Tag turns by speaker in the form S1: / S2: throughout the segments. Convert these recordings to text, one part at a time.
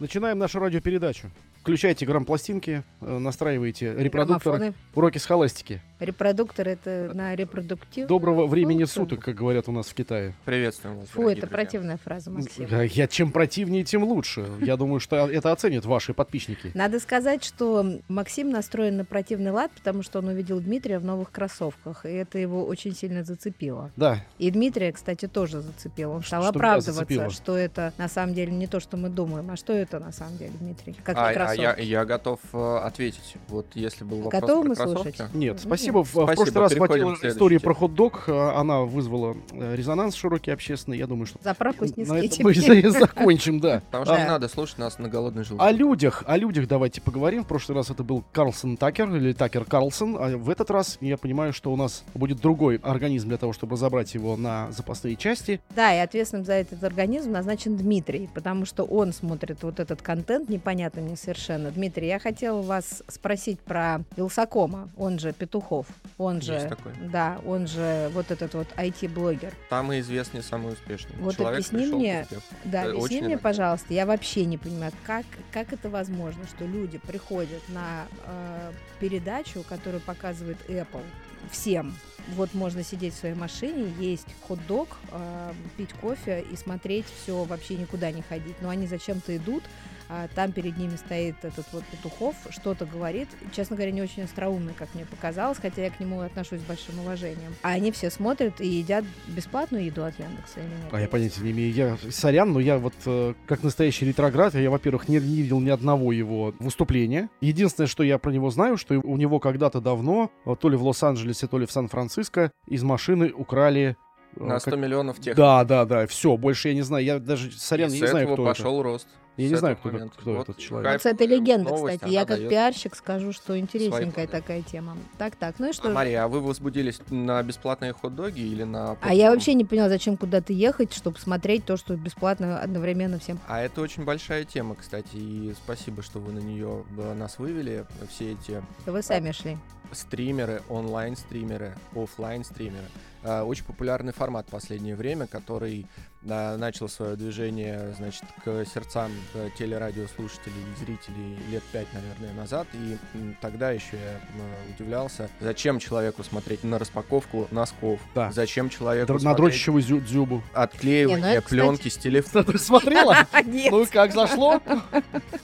S1: Начинаем нашу радиопередачу. Включайте грампластинки, э, настраивайте репродуктор.
S2: Граммофоны,
S1: Уроки с холастики.
S2: Репродуктор это на репродуктив.
S1: Доброго времени
S2: Ну,
S1: суток, как говорят у нас в Китае.
S3: Приветствуем вас,
S2: Фу,
S3: дорогие
S2: это
S3: друзья.
S2: противная фраза, Максим.
S1: Да, Я чем противнее, тем лучше. Я думаю, что это оценят ваши подписчики.
S2: Надо сказать, что Максим настроен на противный лад, потому что он увидел Дмитрия в новых кроссовках, и это его очень сильно зацепило.
S1: Да,
S2: И Дмитрия, кстати, тоже зацепило. Он стал
S1: что меня
S2: оправдываться,
S1: зацепило?
S2: что это на самом деле не то, что мы думаем, а что это на самом деле, Дмитрий? Как
S3: А,
S2: не
S3: а я,
S2: кроссовки?
S3: я готов э, ответить. Вот если был вопрос
S2: Готовы
S3: про
S2: мы
S3: кроссовки.
S2: слушать?
S1: нет,
S2: Ну,
S1: спасибо. В- В
S3: Спасибо,
S1: прошлый раз
S3: переходим
S1: хватило
S3: к следующей
S1: истории
S3: теме.
S1: про хот-дог. э, Она вызвала э, резонанс широкий общественный. Я думаю, что
S2: Заправку
S1: на
S2: снесли
S1: этом Ну, мы
S2: тебе.
S1: и закончим, да.
S3: Потому что
S2: Да.
S3: не надо слушать нас на голодный желудок.
S1: О людях, о людях давайте поговорим. В прошлый раз это был Карлсон Такер или Такер Карлсон. А в этот раз я понимаю, что у нас будет другой организм для того, чтобы разобрать его на запасные части.
S2: Да, и ответственным за этот организм назначен Дмитрий, потому что он смотрит вот этот контент, непонятный мне совершенно. Дмитрий, я хотела вас спросить про Вилсакома, он же Петухов, он
S3: Есть
S2: же...
S3: такой.
S2: Да, он же вот этот вот IT-блогер.
S3: Самый известный, самый успешный.
S2: Вот
S3: Человек
S2: объясни
S3: пришел к
S2: мне,
S3: успеху.
S2: Да,
S3: Э,
S2: объясни
S3: очень
S2: мне,
S3: иногда.
S2: пожалуйста, я вообще не понимаю, как, как это возможно, что люди приходят на э, передачу, которую показывает Apple всем. Вот можно сидеть в своей машине, есть хот-дог, э, пить кофе и смотреть все, вообще никуда не ходить. Но они зачем-то идут, а там перед ними стоит этот вот Петухов, что-то говорит. Честно говоря, не очень остроумный, как мне показалось, хотя я к нему отношусь с большим уважением. А они все смотрят и едят бесплатную еду от Яндекса или нет?
S1: А я понятия не имею. Я сорян, но я вот э, как настоящий ретроград, я, во-первых, не, не видел ни одного его выступления. Единственное, что я про него знаю, что у него когда-то давно, э, то ли в Лос-Анджелесе, то ли в Сан-Франциско, из машины украли... э,
S3: На 100
S1: как-
S3: миллионов тех.
S1: Да, да, да, все, больше я не знаю. Я даже,
S3: И
S1: сорян, я
S3: с
S1: не знаю,
S3: этого
S1: кто это.
S3: пошел рост.
S1: Я
S3: С
S1: не знаю,
S3: этого
S1: кто это-
S3: момента.
S1: кто
S3: Вот
S1: этот человек.
S3: хайп,
S2: Вот это легенда,
S3: новость,
S2: кстати. Я
S3: она
S2: как
S3: дает.
S2: пиарщик скажу, что интересненькая
S3: плоды.
S2: такая тема. Так, так, ну и что?
S3: А, Мария, а вы возбудились на бесплатные хот-доги или на...
S2: А я вообще не поняла, зачем куда-то ехать, чтобы смотреть то, что бесплатно одновременно всем.
S3: А это очень большая тема, кстати, и спасибо, что вы на нее нас вывели. Все эти
S2: Вы сами шли.
S3: стримеры, онлайн-стримеры, офлайн-стримеры. Э, Очень популярный формат в последнее время, который да, начал свое движение, значит, к сердцам э, телерадиослушателей и зрителей лет пять, наверное, назад. И м, тогда еще я м, удивлялся, зачем человеку смотреть на распаковку носков,
S1: Да.
S3: зачем человеку
S1: Др- на
S3: смотреть
S1: дрочащего зю- дзюбу.
S3: отклеивание
S2: Не, ну это, кстати,
S3: пленки с телефона.
S1: Ты смотрела?
S2: Нет,
S1: Ну и как зашло?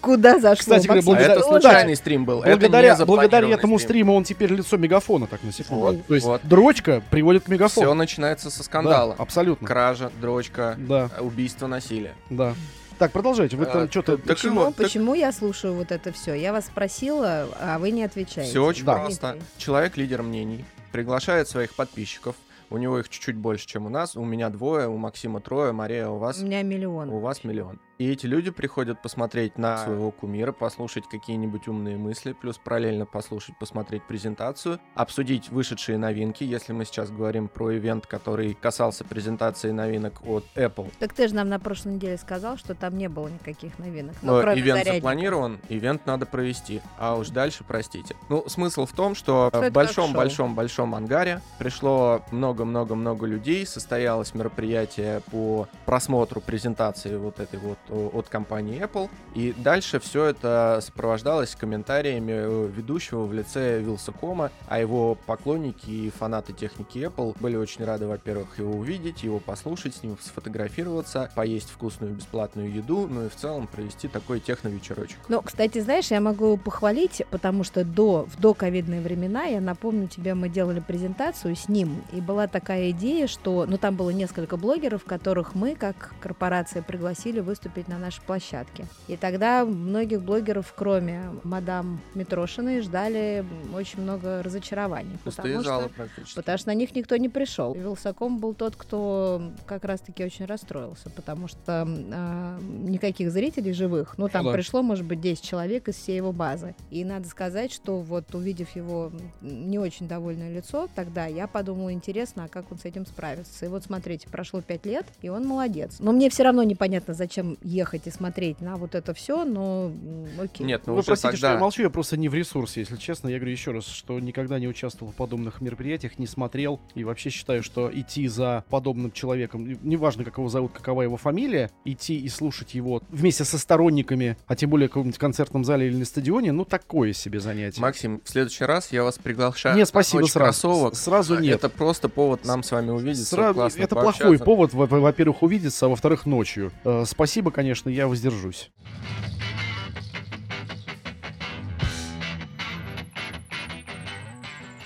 S2: куда зашло?
S1: Кстати говоря,
S2: Максим,
S3: А
S1: благодаря-
S3: это
S2: тоже.
S3: случайный стрим был. это не
S1: Благодаря, благодаря
S3: запланированный
S1: этому
S3: стрим.
S1: стриму он теперь лицо мегафона, так на секунду.
S3: Вот,
S1: То есть
S3: вот.
S1: дрочка приводит к мегафону.
S3: Все начинается со
S1: Да,
S3: скандала.
S1: абсолютно.
S3: Кража, дрочка,
S1: Да,
S3: убийство, насилие.
S1: да. Так, продолжайте. Вы там
S3: А,
S1: что-то...
S3: так и
S2: Почему,
S3: вот, так
S2: почему я слушаю вот это все? Я вас спросила, а вы не отвечаете.
S3: Все очень
S1: Да.
S3: просто.
S2: Дмитрий.
S3: Человек лидер мнений, приглашает своих подписчиков. У него их чуть-чуть больше, чем у нас. У меня двое, у Максима трое, Мария, у вас
S2: У меня миллион.
S3: у вас миллион. И эти люди приходят посмотреть на своего кумира, послушать какие-нибудь умные мысли, плюс параллельно послушать, посмотреть презентацию, обсудить вышедшие новинки, если мы сейчас говорим про ивент, который касался презентации новинок от Apple.
S2: Так ты же нам на прошлой неделе сказал, что там не было никаких новинок. Ну,
S3: Но
S2: кроме
S3: ивент
S2: зарядников.
S3: запланирован, ивент надо провести. А уж дальше простите. Ну, смысл в том,
S2: Что
S3: что
S2: это как
S3: в
S2: шоу.
S3: большом-большом-большом ангаре пришло много-много-много людей, состоялось мероприятие по просмотру презентации вот этой вот о- от компании Apple. И дальше все это сопровождалось комментариями э, ведущего в лице Вилсакома, а его поклонники и фанаты техники Apple были очень рады, во-первых, его увидеть, его послушать, с ним сфотографироваться, поесть вкусную бесплатную еду, ну и в целом провести такой техновечерочек.
S2: Ну, кстати, знаешь, я могу похвалить, потому что до, в доковидные времена, я напомню тебе, мы делали презентацию с ним, и была такая идея, что, ну, там было несколько блогеров, которых мы, как корпорация, пригласили выступить на нашей площадке. И тогда многих блогеров, кроме мадам Митрошиной, ждали очень много разочарований.
S3: Пустые
S2: потому что-
S3: залы практически.
S2: Потому что на них никто не пришел. Вилсаком был тот, кто как раз-таки очень расстроился, потому что э, никаких зрителей живых. Ну, там
S1: Да.
S2: пришло, может быть, 10 человек из всей его базы. И надо сказать, что вот увидев его м, не очень довольное лицо, тогда я подумала, интересно, а как он с этим справится. И вот смотрите, прошло 5 лет, и он молодец. Но мне все равно непонятно, зачем ехать и смотреть на вот это все, но м, окей.
S3: Нет, ну
S1: Вы
S3: уже
S1: простите, что я
S3: тогда-
S1: молчу, я просто не в ресурсе, если честно. Я говорю еще раз, что никогда не участвовал в подобных мероприятиях, не смотрел. И вообще считаю, что идти за подобным человеком, и неважно, как его зовут, какова его фамилия, идти и слушать его вместе со сторонниками, а тем более в каком-нибудь концертном зале или на стадионе, ну такое себе занятие.
S3: Максим, в следующий раз я вас приглашаю.
S1: нет,
S3: на
S1: спасибо
S3: ночь
S1: сразу.
S3: кроссовок.
S1: С- Сразу нет.
S3: Это просто повод нам с вами увидеться.
S1: Сразу-
S3: классно
S1: это
S3: пообщаться.
S1: плохой повод, во- во- во-первых, увидеться, а во-вторых, ночью. Э, спасибо, конечно, я воздержусь.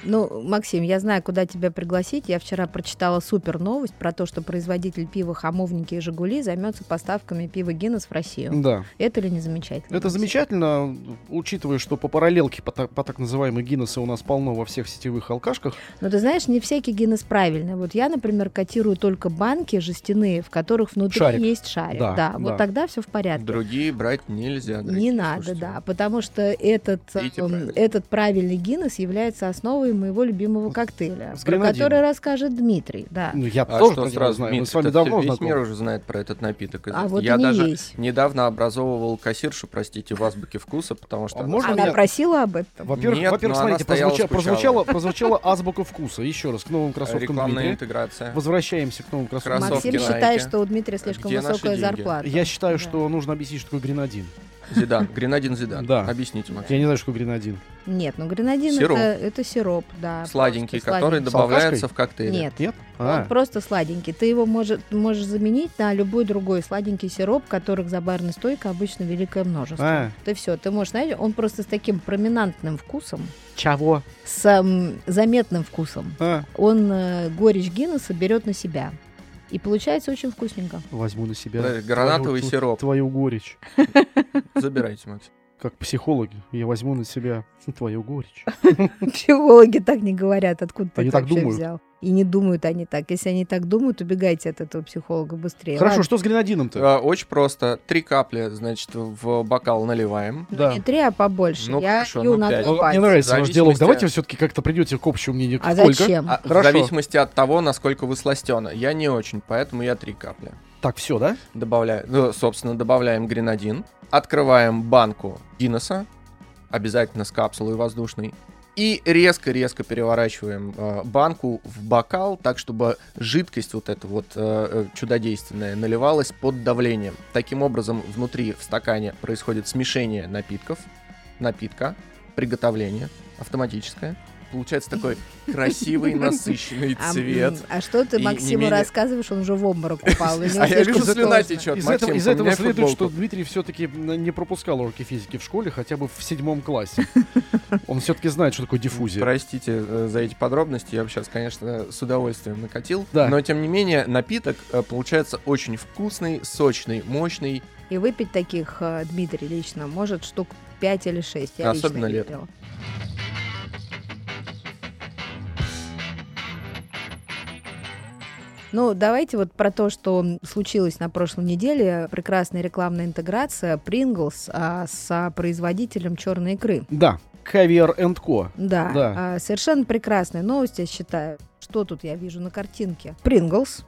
S2: Ну, Максим, я знаю, куда тебя пригласить. Я вчера прочитала супер новость про то, что производитель пива «Хамовники» и «Жигули» займется поставками пива «Гиннес» в Россию.
S1: Да.
S2: Это ли не замечательно?
S1: Это
S2: Максим?
S1: замечательно, учитывая, что по параллелке, по, та- по так называемой Гиннесса у нас полно во всех сетевых алкашках.
S2: Но Ну, ты знаешь, не всякий Гиннес правильный. Вот я, например, котирую только банки жестяные, в которых внутри
S1: Шарик.
S2: есть шарик.
S1: Да,
S2: Да,
S1: да.
S2: вот тогда все в порядке.
S3: Другие брать нельзя. дорогие
S2: Не надо,
S3: слушатели.
S2: да, потому что этот,
S3: Пейте
S2: эм,
S3: правильно.
S2: этот правильный Гиннес является основой моего любимого коктейля,
S1: С
S2: про
S1: гранадином.
S2: который расскажет Дмитрий, да.
S1: Ну, я
S3: А
S1: тоже про
S3: что
S1: него
S3: сразу,
S1: знаю. Мы
S3: Дмитрий,
S1: с вами
S3: это
S1: давно
S3: весь мир
S1: знакомы.
S3: уже знает про этот напиток.
S2: А вот
S3: я
S2: и не
S3: даже
S2: есть.
S3: недавно образовывал кассиршу, простите, в азбуке вкуса, потому что
S1: А
S3: она
S1: можно
S3: сказала,
S2: Она
S1: я-
S2: просила об этом.
S1: Во-первых,
S3: Нет,
S1: во-первых,
S3: но она
S1: смотрите,
S3: стояла,
S1: прозвуча- прозвучала,
S3: скучала.
S1: прозвучала азбука вкуса. Еще раз, к новым кроссовкам
S3: рекламная
S1: Дмитрия.
S3: интеграция.
S1: Возвращаемся к новым кроссовкам.
S3: Кроссовки
S2: Максим
S3: Nike.
S2: считает, что у Дмитрия слишком
S3: Где наши
S2: высокая
S3: деньги?
S2: зарплата.
S1: Я считаю,
S2: Да.
S1: что нужно объяснить, что такое гренадин.
S3: Зидан, Гренадин Зидан.
S1: Да.
S3: Объясните, Максим.
S1: Я не знаю, что такое гренадин.
S2: Нет, ну гренадин
S3: Сироп.
S2: Это, это сироп, да.
S3: Сладенький,
S2: просто
S3: который
S2: сладенький.
S1: С
S3: добавляется
S1: алкашкой?
S3: в коктейли.
S2: Нет.
S1: Нет?
S2: Он
S1: А,
S2: просто сладенький. Ты его может, можешь заменить на любой другой сладенький сироп, которых за барной стойкой обычно великое множество.
S1: а,
S2: Ты все, ты можешь найти. Он просто с таким проминантным вкусом,
S1: чего?
S2: с м, заметным вкусом.
S1: А,
S2: Он э, горечь Гиннесса берет на себя. И получается очень вкусненько.
S1: возьму на себя.
S3: Да, Э, гранатовый
S1: твою-
S3: сироп.
S1: Твою горечь.
S3: Забирайте, Максим.
S1: Как психологи, я возьму на себя твою горечь.
S2: Психологи так не говорят, откуда ты
S1: Они
S2: это
S1: так
S2: вообще
S1: думают.
S2: взял. И не думают они так. Если они так думают, убегайте от этого психолога быстрее.
S1: Хорошо,
S2: Ладно.
S1: что с гренадином-то?
S3: А, Очень просто. Три капли, значит, в бокал наливаем.
S2: Ну,
S1: Да.
S2: Не три, а побольше.
S3: Ну,
S2: Я
S3: хорошо,
S2: пью
S3: ну,
S2: на
S3: пять.
S1: Ну,
S2: два
S1: Мне
S2: пальца.
S1: нравится ваш
S3: Зависимости
S1: диалог.
S3: от-
S1: Давайте все-таки как-то придете к общему мнению.
S2: А
S1: Ольга.
S2: зачем?
S3: А, В
S1: Хорошо.
S3: зависимости от того, насколько вы сластена. Я не очень, поэтому я три капли.
S1: Так, все, да?
S3: Добавляю, ну, собственно, добавляем гренадин. Открываем банку Гиннесса, обязательно с капсулой воздушной. И резко-резко переворачиваем э, банку в бокал, так чтобы жидкость вот эта вот э, э, чудодейственная наливалась под давлением. Таким образом, внутри в стакане происходит смешение напитков, напитка, приготовление автоматическое. Получается такой красивый насыщенный
S2: А, м,
S3: цвет.
S2: А, что ты
S3: И не
S2: Максиму
S3: менее-
S2: рассказываешь? Он уже в обморок упал. у него
S3: А я
S2: слишком
S3: вижу, слюна
S2: сложно.
S3: течет.
S1: ну, Из
S3: Максим,
S1: этого, из
S3: поменяй
S1: этого следует,
S3: футболку.
S1: что Дмитрий все-таки не пропускал уроки физики в школе, хотя бы в седьмом классе. Он все-таки знает, что такое диффузия.
S3: Простите э, за эти подробности, я бы сейчас, конечно, с удовольствием накатил.
S1: Да.
S3: Но, тем не менее, напиток э, получается очень вкусный, сочный, мощный.
S2: И выпить таких э, Дмитрий лично может штук 5 или 6.
S3: Особенно летом.
S2: Ну, давайте вот про то, что случилось на прошлой неделе. Прекрасная рекламная интеграция Pringles а, с производителем черной икры.
S1: Да, Кавиар энд Ко.
S2: Да,
S1: Да.
S2: а, совершенно прекрасная новость, я считаю. Что тут я вижу на картинке? Принглс.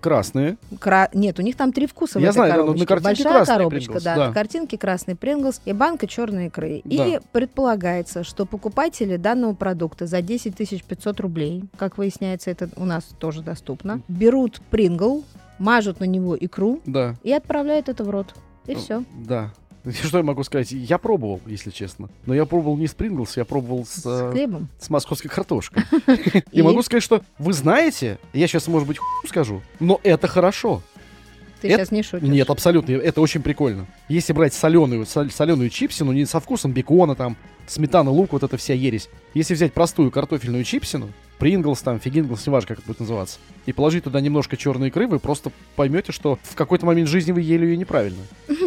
S1: Красные.
S2: Кра- Нет, у них там три вкуса в
S1: Я
S2: этой
S1: знаю, да, но
S2: коробочке.
S1: на картинке
S2: Большая
S1: красный
S2: коробочка,
S1: Pringles,
S2: да,
S1: да.
S2: на картинке красный Принглс и банка черной икры.
S1: Да.
S2: И предполагается, что покупатели данного продукта за 10 500 рублей, как выясняется, это у нас тоже доступно, берут Прингл, мажут на него икру
S1: Да.
S2: и отправляют это в рот. И
S1: Ну,
S2: все.
S1: Да. Что я могу сказать? Я пробовал, если честно. Но я пробовал не с Принглс, я пробовал с,
S2: С
S1: э,
S2: хлебом.
S1: с московской картошкой. И могу сказать, что вы знаете, я сейчас, может быть, хуй скажу, но это хорошо.
S2: Ты
S1: это-
S2: сейчас не шутишь.
S1: Нет, абсолютно. Это очень прикольно. Если брать соленую, соленую чипсину, не со вкусом бекона там, сметана, лук, вот эта вся ересь. Если взять простую картофельную чипсину, Принглс там, Фигинглс, неважно, как это будет называться, и положить туда немножко черной икры, вы просто поймете, что в какой-то момент жизни вы ели ее неправильно.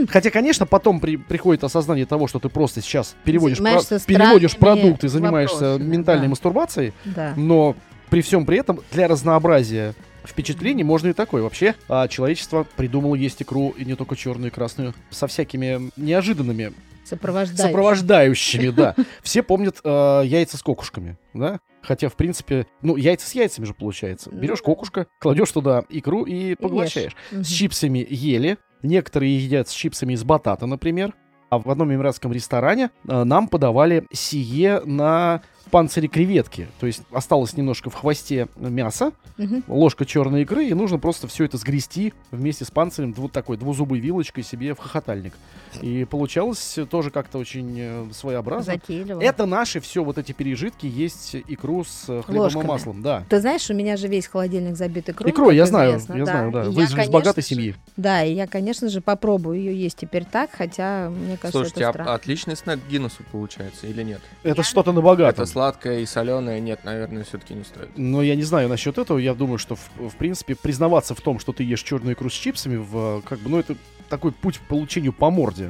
S1: Хотя, конечно, потом при- приходит осознание того, что ты просто сейчас переводишь, про-
S2: Занимаешься
S1: переводишь
S2: странными
S1: продукты, занимаешься
S2: вопросами,
S1: ментальной
S2: да.
S1: мастурбацией,
S2: Да.
S1: но при всем при этом для разнообразия впечатлений можно и такое. Вообще, а, человечество придумало есть икру, и не только черную и красную, со всякими неожиданными
S2: Сопровождаешь.
S1: сопровождающими, да. Все помнят э, яйца с кокушками, да? Хотя, в принципе, ну, яйца с яйцами же получается.
S2: Ну
S1: Берешь
S2: да.
S1: кокушка, кладешь туда икру и поглощаешь.
S2: Мгм.
S1: С чипсами ели, Некоторые едят с чипсами из батата, например. А в одном эмиратском ресторане э, нам подавали сие на панцире креветки. То есть осталось немножко в хвосте мяса,
S2: Мгм.
S1: ложка черной икры, и нужно просто все это сгрести вместе с панцирем вот такой двузубой вилочкой себе в хохотальник. И получалось э, тоже как-то очень э, своеобразно.
S2: Затейливо.
S1: Это наши все вот эти пережитки, есть икру с э, хлебом
S2: Ложками.
S1: и маслом, да.
S2: Ты знаешь, у меня же весь холодильник забит икрой.
S1: Икрой, я
S2: как
S1: знаю,
S2: известно,
S1: я знаю, да.
S2: И
S1: Вы
S2: я,
S1: же из
S2: конечно
S1: богатой
S2: же-
S1: семьи.
S2: Да, и я, конечно же, попробую ее есть теперь так, хотя мне кажется,
S3: Слушайте,
S2: это
S3: а-
S2: странно.
S3: отличный снэк к Гиннесу получается или нет?
S1: Это
S2: Я-
S1: что-то на богатом.
S3: Это сладкое и соленое, нет, наверное, все-таки не стоит.
S1: Но я не знаю насчет этого. Я думаю, что в, в принципе признаваться в том, что ты ешь черную икру с чипсами, в, э, как бы, ну это такой путь к получению по морде,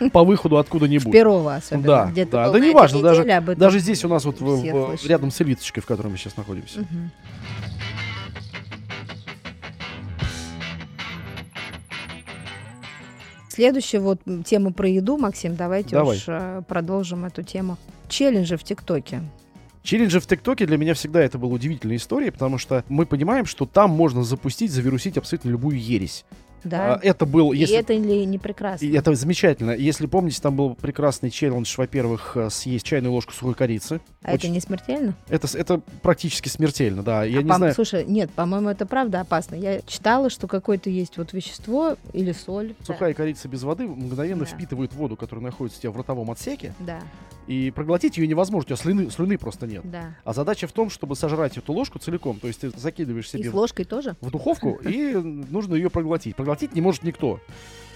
S1: э, по выходу
S2: В
S1: откуда-нибудь.
S2: Перово особенно.
S1: Да,
S2: где-то
S1: да,
S2: был
S1: да
S2: на
S1: неважно,
S2: этой
S1: даже-
S2: неделе, об этом
S1: Даже здесь у нас вот в-
S2: все
S1: в-
S2: слышали.
S1: рядом с элиточкой, в которой мы сейчас находимся.
S2: Мгм. Следующая вот м, тема про еду, Максим, давайте
S1: Давай.
S2: уж э, продолжим эту тему. Челленджи в ТикТоке.
S1: Челленджи в ТикТоке для меня всегда это была удивительная история, потому что мы понимаем, что там можно запустить, завирусить абсолютно любую ересь.
S2: Да.
S1: А, Это был, если
S2: И это ли не прекрасно?
S1: И это замечательно. Если помните, там был прекрасный челлендж, во-первых, э, съесть чайную ложку сухой корицы.
S2: а это
S1: очень-
S2: не смертельно?
S1: Это, с- это практически смертельно, да. Я
S2: А
S1: не
S2: пом-
S1: знаю.
S2: Слушай, нет, по-моему, это правда опасно. Я читала, что какое-то есть вот вещество или соль. Да.
S1: Сухая корица без воды мгновенно
S2: Да.
S1: впитывает воду, которая находится у тебя в ротовом отсеке,
S2: Да,
S1: и проглотить ее невозможно, у тебя слюны, слюны просто нет.
S2: да.
S1: А задача в том, чтобы сожрать эту ложку целиком, то есть ты закидываешь
S2: И
S1: себе
S2: с ложкой тоже?
S1: в духовку, и нужно ее проглотить. Проглотить не может никто.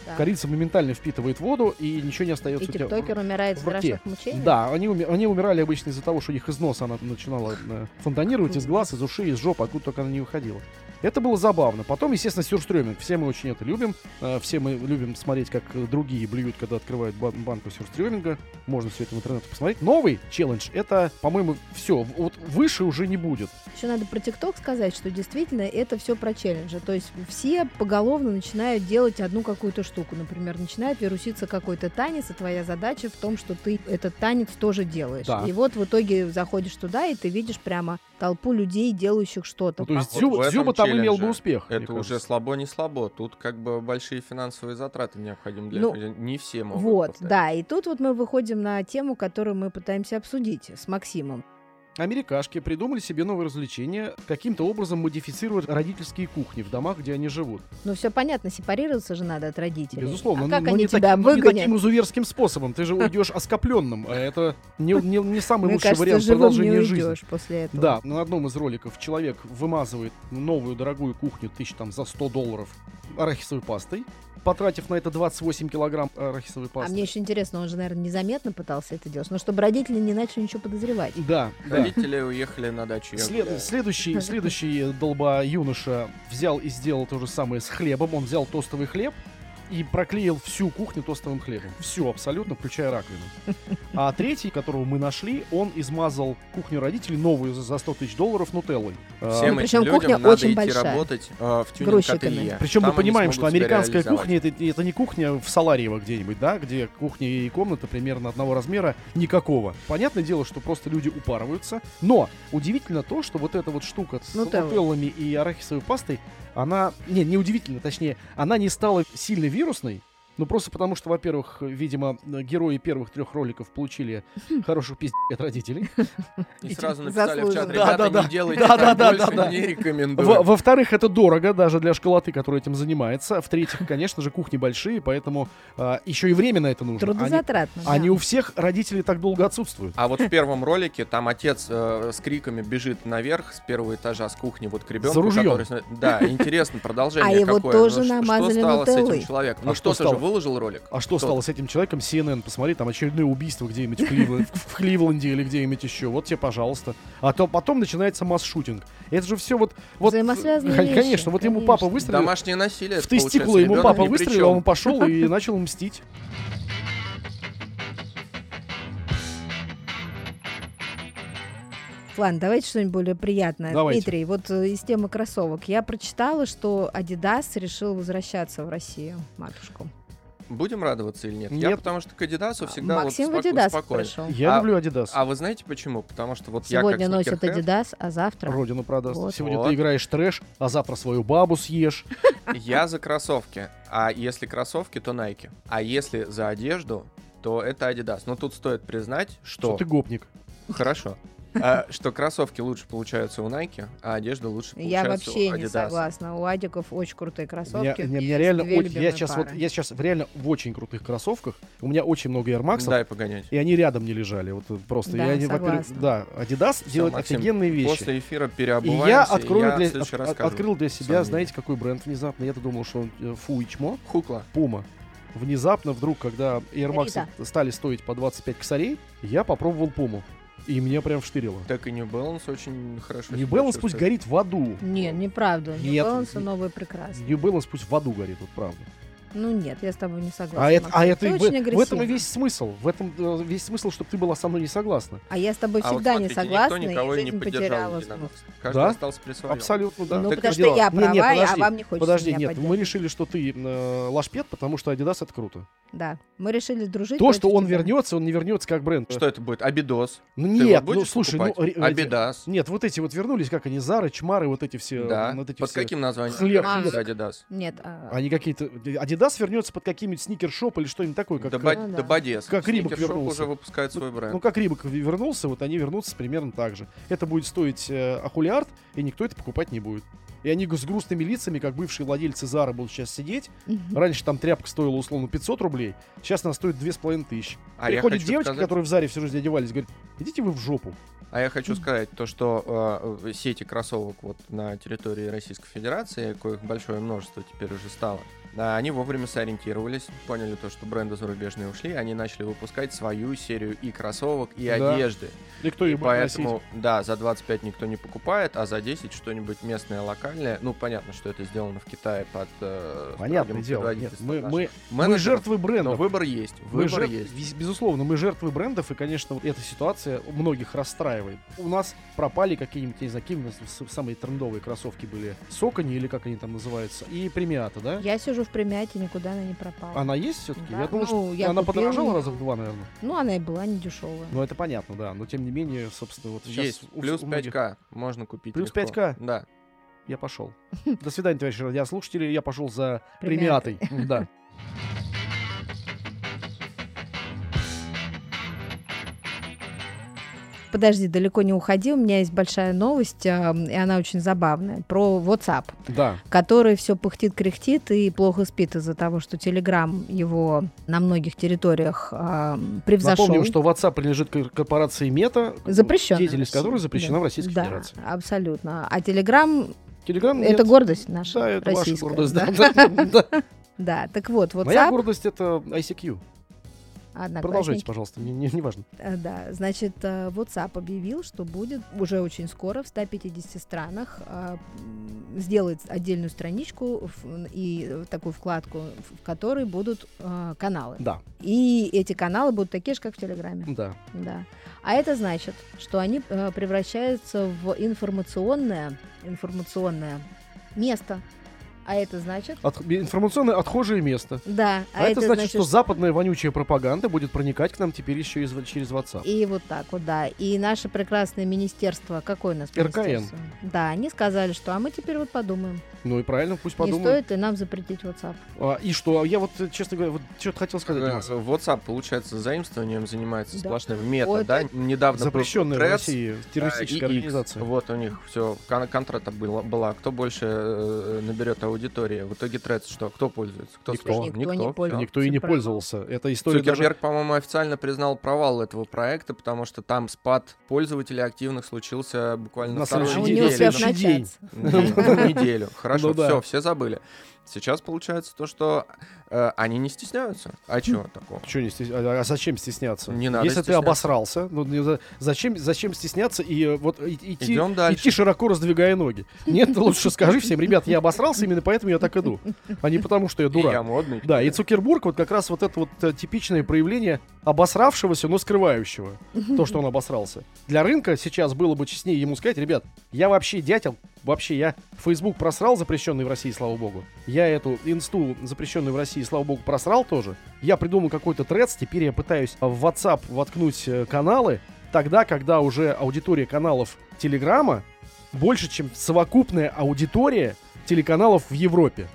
S2: Да.
S1: Корица моментально впитывает воду, и ничего не остается
S2: И
S1: у тебя.
S2: тиктокер умирает
S1: в
S2: в
S1: руке.
S2: страшных мучениях?
S1: Да, они, уми- они умирали обычно из-за того, что у них из носа она начинала э, фонтанировать, из глаз, из ушей, из жопы, откуда только она не выходила. Это было забавно. Потом, естественно, сюрстрёминг. Все мы очень это любим. Э, Все мы любим смотреть, как э, другие блюют, когда открывают бан- банку сюрстрёминга. Можно все это в интернете посмотреть. Новый челлендж — это, по-моему, все. Вот выше уже не будет.
S2: Еще надо про ТикТок сказать, что действительно это все про челленджи. То есть все поголовно начинают делать одну какую-то штуку. Например, начинает вируситься какой-то танец, и твоя задача в том, что ты этот танец тоже делаешь.
S1: Да.
S2: И вот в итоге заходишь туда, и ты видишь прямо толпу людей, делающих что-то.
S1: Ну, то есть
S3: вот
S1: Дзюба,
S3: в этом
S1: Дзюба там имел бы
S3: челлендже
S1: успех. мне
S3: Это уже
S1: кажется.
S3: слабо, не слабо. Тут как бы большие финансовые затраты необходимы для
S2: Ну,
S3: этого. Не все могут.
S2: Вот,
S3: повторять.
S2: да, и тут вот мы выходим на тему, которую мы пытаемся обсудить с Максимом.
S1: Америкашки придумали себе новое развлечение каким-то образом модифицировать родительские кухни в домах, где они живут.
S2: Ну, все понятно, сепарироваться же надо от родителей.
S1: Безусловно,
S2: А
S1: ну,
S2: как
S1: ну,
S2: они
S1: не
S2: тебя
S1: таким, ну, не
S2: выгонят?
S1: таким изуверским способом. Ты же уйдешь оскопленным. а Это не, не- не самый
S2: Мне
S1: лучший
S2: кажется,
S1: вариант
S2: живым не
S1: продолжения жизни.
S2: уйдешь после этого. А
S1: Да, на одном из роликов человек вымазывает новую дорогую кухню тысяч там за 100 долларов арахисовой пастой, потратив на это 28 килограмм арахисовой
S2: А
S1: пасты.
S2: мне еще интересно, он же, наверное, незаметно пытался это делать, но чтобы родители не начали ничего подозревать.
S1: Да, да.
S3: Родители уехали на дачу. я
S1: След-
S3: гуляю.
S1: следующий, следующий долба юноша взял и сделал то же самое с хлебом. Он взял тостовый хлеб и проклеил всю кухню тостовым хлебом. Всю абсолютно, включая раковину. А третий, которого мы нашли, он измазал кухню родителей новую за- за 100 тысяч долларов нутеллой.
S3: Всем
S2: Ну,
S3: этим
S2: причем
S3: людям
S2: кухня
S3: надо
S2: очень
S3: идти
S2: большая.
S3: работать э, в
S2: Грузчиками.
S3: тюнинг-ателье.
S1: Причем
S3: Там
S1: мы
S3: они
S1: понимаем,
S3: смогут
S1: что
S3: себя
S1: американская
S3: реализовать.
S1: кухня это, это не кухня в Саларьево где-нибудь, да, где кухня и комната примерно одного размера никакого. Понятное дело, что просто люди упарываются. Но удивительно то, что вот эта вот штука с
S2: Нутеллой.
S1: нутеллами и арахисовой пастой, она. Не, не удивительно, точнее, она не стала сильно вирусной. Ну, просто потому что, во-первых, видимо, герои первых трех роликов получили хорошую пиздец от родителей.
S3: И сразу написали в чат,
S2: Заслуженно.
S3: ребята,
S1: Да-да-да.
S3: не делайте
S1: Да-да-да,
S3: так больше,
S1: да-да.
S3: не
S1: Во-
S3: рекомендую.
S1: Во-вторых, это дорого даже для школоты, которая этим занимается. В-третьих, конечно же, кухни большие, поэтому а, еще и время на это нужно. Они,
S2: Трудозатратно. да.
S1: они у всех родители так долго отсутствуют.
S3: А вот в первом ролике там отец э, с криками бежит наверх с первого этажа с кухни вот к ребенку.
S1: За ружьем.
S3: который смотрит. Да, интересно, продолжение
S2: А его
S3: какое.
S2: тоже
S3: Ну, ш-
S2: намазали
S3: Что стало с
S2: нутеллой.
S3: этим человеком?
S1: А
S3: Ну
S1: что
S3: что, ты же
S1: стало?
S3: выложил ролик?
S1: А что стало с этим человеком? CNN, посмотри, там очередное убийство где-нибудь в, Кливленд- в Кливленде или где-нибудь еще. Вот тебе, пожалуйста. А то потом начинается масс-шутинг. Это же все вот... вот
S2: Взаимосвязанные
S1: Кон-
S2: вещи,
S1: Конечно, вот ему папа
S2: конечно.
S1: выстрелил,
S3: Домашнее насилие.
S1: в
S3: это получается.
S1: тестикулы ему
S3: Ребенок
S1: папа
S3: ни при
S1: выстрелил, а он
S3: чем.
S1: пошел и начал мстить.
S2: Ладно, давайте что-нибудь более приятное.
S1: Давайте.
S2: Дмитрий, вот э, из темы кроссовок. Я прочитала, что Adidas решил возвращаться в Россию, матушку.
S3: Будем радоваться или нет? Я
S1: Нет.
S3: потому что к Адидасу всегда
S2: Максим в
S3: вот споко-
S2: Адидас
S3: спокоен.
S2: пришел.
S1: Я
S3: А-
S1: люблю Adidas.
S3: А вы знаете почему? Потому что вот я
S2: Сегодня
S3: как
S2: носит
S3: sneakerhead,
S2: Адидас, а завтра...
S1: Родину продаст.
S2: Вот.
S1: Сегодня
S3: Вот.
S1: ты играешь трэш, а завтра свою бабу съешь.
S3: Я за кроссовки. А если кроссовки, то Nike. А если за одежду, то это Adidas. Но тут стоит признать,
S1: Что
S3: что...
S1: ты гопник.
S3: Хорошо. А, что кроссовки лучше получаются у Nike, а одежда лучше
S2: Я
S3: получается
S2: вообще
S3: у
S2: не
S3: Adidas.
S2: согласна. У Адиков очень крутые
S1: Меня-
S2: кроссовки.
S1: меня-
S2: и
S1: меня реально
S2: две
S1: очень- я
S2: любимые
S1: сейчас
S2: пары.
S1: вот я сейчас реально в очень крутых кроссовках. У меня очень много Air Max'ов,
S3: Дай погонять.
S1: и они рядом не лежали. Вот э, просто.
S2: Да,
S1: я не- во-первых,
S2: согласна.
S1: да, Adidas
S3: Всё,
S1: делает
S3: Максим,
S1: офигенные вещи.
S3: После эфира
S1: И
S3: переобуваемся,
S1: я открою
S3: я
S1: для,
S3: в следующий
S1: от-
S3: раз
S1: от-
S3: скажу.
S1: открыл для себя,
S3: мнение.
S1: знаете, какой бренд внезапно. Я-то думал, что он э, фу и чмо.
S3: Хукла.
S1: Пума. Внезапно вдруг, когда Air Max стали стоить по 25 косарей, я попробовал Пуму. И меня прям вштырило.
S3: Так и New Balance очень хорошо.
S1: New
S3: себя
S1: Balance пусть
S3: чувствует.
S1: горит в аду.
S2: Нет, неправда.
S1: Нет.
S2: New Balance новые прекрасные.
S1: New Balance пусть в аду горит, вот правда.
S2: Ну нет, я с тобой не согласна.
S1: А это, а
S2: Максим.
S1: это
S2: Ты
S1: и в,
S2: очень
S1: в этом
S2: агрессивна.
S1: и весь смысл. В этом э, весь смысл, чтобы ты была со мной не согласна.
S2: А я с тобой
S3: А вот
S2: всегда не
S3: смотрите, никто
S2: согласна,
S3: никого
S2: и
S3: и не
S2: жизнь
S3: поддержал
S2: потеряла
S3: Единорог.
S2: смысл.
S3: Каждый
S1: Да?
S3: остался при своем.
S1: Абсолютно, да.
S2: Ну,
S3: так
S2: потому
S1: и
S2: что
S1: дела.
S2: я
S1: Не, не,
S2: права, и- а
S1: подожди.
S2: вам не хочется
S1: Подожди,
S2: меня
S1: нет, мы
S2: поддерживать.
S1: решили, что ты э, лашпед, потому что Adidas это круто.
S2: Да, мы решили дружить.
S1: То, что
S2: против
S1: он
S2: тебя.
S1: вернется, он не вернется как бренд.
S3: Что это будет? Абидос?
S1: Ну
S3: Ты
S1: нет,
S3: вот
S1: ну
S3: будешь
S1: слушай, ну
S3: покупать? А
S1: ре-
S3: Абидас.
S1: Нет, вот эти вот вернулись, как они, Зары, Чмары, вот эти все.
S3: Да.
S1: э, вот эти
S3: Под
S1: все.
S3: каким названием?
S1: Хлеб.
S3: Хлеб.
S2: А.
S3: Адидас.
S2: Нет, а,
S1: Они какие-то... Адидас вернется под каким-нибудь сникершоп или что-нибудь такое, как...
S3: Да
S1: как-
S2: Ну
S3: ба-
S2: да.
S3: да бодес.
S1: Как Рибок
S3: Сникершоп
S1: вернулся.
S3: уже выпускает свой
S1: Ну,
S3: бренд.
S1: как Рибок вернулся, вот они вернутся примерно так же. Это будет стоить э, ахулиард, и никто это покупать не будет. И они с грустными лицами, как бывшие владельцы Зары, будут сейчас сидеть.
S2: мгм.
S1: Раньше там тряпка стоила, условно, 500 рублей, сейчас она стоит 2500.
S3: А я
S1: Приходит
S3: хочу
S1: девочка,
S3: сказать-
S1: которые в Заре всю жизнь одевались, говорит, идите вы в жопу.
S3: А я хочу сказать то, что э, сети кроссовок вот на территории Российской Федерации, коих большое множество теперь уже стало, а, они вовремя сориентировались, поняли то, что бренды зарубежные ушли, они начали выпускать свою серию и кроссовок, и
S1: Да.
S3: одежды.
S1: И кто ее будет
S3: Поэтому,
S1: носить?
S3: да, за 25 никто не покупает, а за 10 что-нибудь местное, локальное. Ну, понятно, что это сделано в Китае под... э,
S1: Понятное
S3: строгим
S1: дело. Нет,
S3: предводительством
S1: мы,
S3: наших
S1: мы, мы
S3: менеджеров,
S1: жертвы
S3: Но
S1: брендов.
S3: выбор есть,
S1: Мы
S3: выбор
S1: жертв-
S3: есть.
S1: виз- Безусловно, мы жертвы брендов, и, конечно, вот эта ситуация многих расстраивает. У нас пропали какие-нибудь, я не знаю, какие у нас с- самые трендовые кроссовки были. Сокони, или как они там называются, и премиата, да?
S2: Я сижу в премиате, никуда она не пропала.
S1: Она есть все-таки?
S2: Да.
S1: Я думал,
S2: Ну,
S1: что
S2: я
S1: она
S2: купила
S1: подорожала
S2: ее.
S1: раза в два, наверное.
S2: Ну, она и была не дешевая.
S1: Ну, это понятно, да. Но, тем не менее, собственно, вот сейчас...
S3: Есть,
S1: у-
S3: плюс
S1: у многих-
S3: 5К можно купить
S1: Плюс
S3: легко.
S1: 5К?
S3: Да.
S1: Я пошел. До свидания, товарищи радиослушатели. Я пошел за премиатой. Да.
S2: Подожди, далеко не уходи. У меня есть большая новость, а, и она очень забавная. Про WhatsApp,
S1: Да.
S2: который все пыхтит, кряхтит и плохо спит из-за того, что Telegram его на многих территориях а, превзошел.
S1: Напомним, что WhatsApp принадлежит кор- корпорации Мета,
S2: Запрещена
S1: деятельность
S2: в России.
S1: которой запрещена в Российской
S2: да,
S1: Федерации.
S2: абсолютно. А Telegram
S1: Телеграм
S2: это гордость наша
S1: Да, это ваша
S2: российская.
S1: гордость.
S2: да.
S1: да, да, да.
S2: Да, так вот,
S1: Моя
S2: WhatsApp.
S1: гордость это ICQ. Продолжайте,
S2: Одноклассники.
S1: пожалуйста, не- не- неважно.
S2: Э, Да, значит, э, WhatsApp объявил, что будет уже очень скоро в 150 странах э, м, сделает отдельную страничку в- и э, такую вкладку, в в которой будут э, каналы.
S1: Да,
S2: И эти каналы будут такие же, как в Телеграме.
S1: да.
S2: Да. А это значит, что они э, превращаются в информационное, информационное место. А это значит...
S1: От- информационное отхожее место.
S2: Да,
S1: А, это, значит, что западная вонючая пропаганда будет проникать к нам теперь еще из- через WhatsApp.
S2: И вот так вот, да. И наше прекрасное министерство, какое у нас
S1: РКН.
S2: министерство? Да, они сказали, что а мы теперь вот подумаем.
S1: Ну и правильно, пусть
S2: Не
S1: подумают.
S2: стоит и нам запретить WhatsApp.
S1: А, и что, а я вот, э, честно говоря, вот что-то хотел сказать,
S3: Э,
S1: Димас.
S3: WhatsApp, получается, заимствованием занимается
S2: Да.
S3: сплошным мета,
S2: Вот
S3: да? Недавно был
S1: Запрещенная в
S3: Threads,
S1: России террористическая
S3: э, и X.
S1: организация.
S3: Вот у них все, контрата была, была. Кто больше э, наберет аудитории? В итоге Threads что? Кто пользуется? Кто
S1: Никто.
S3: слушает?
S2: Никто не
S3: всё.
S1: Да
S2: пользуется.
S1: Никто и не
S2: Цифровой.
S1: пользовался. Это история даже...
S3: Цукерберг, по-моему, официально признал провал этого проекта, потому что там спад пользователей активных случился буквально
S1: На
S3: вторую
S1: следующий
S2: а у
S1: день.
S2: не
S3: неделю.
S1: На следующий день.
S2: успев начаться.
S3: Ну, неделю. Хорошо,
S1: Ну да.
S3: все, все забыли. Сейчас получается то, что э, они не стесняются. А чего такого?
S1: Чё не стес- а а зачем стесняться?
S3: Не надо
S1: Если
S3: стесняться.
S1: ты обосрался, ну, не за- зачем, зачем стесняться и э, вот и- идти,
S3: Идем дальше.
S1: идти широко раздвигая ноги? Нет, ты лучше скажи всем, ребят, я обосрался именно поэтому я так иду, а не потому, что я дурак.
S3: Я модный.
S1: Да, и Цукербург вот как раз вот это вот э, типичное проявление обосравшегося, но скрывающего то, что он обосрался. Для рынка сейчас было бы честнее ему сказать, ребят, я вообще дятел, вообще я Facebook просрал, запрещенный в России, слава богу. Я эту инсту, запрещенную в России, слава богу, просрал тоже. Я придумал какой-то трец, теперь я пытаюсь э, в WhatsApp воткнуть э, каналы, тогда, когда уже аудитория каналов Телеграма больше, чем совокупная аудитория телеканалов в Европе.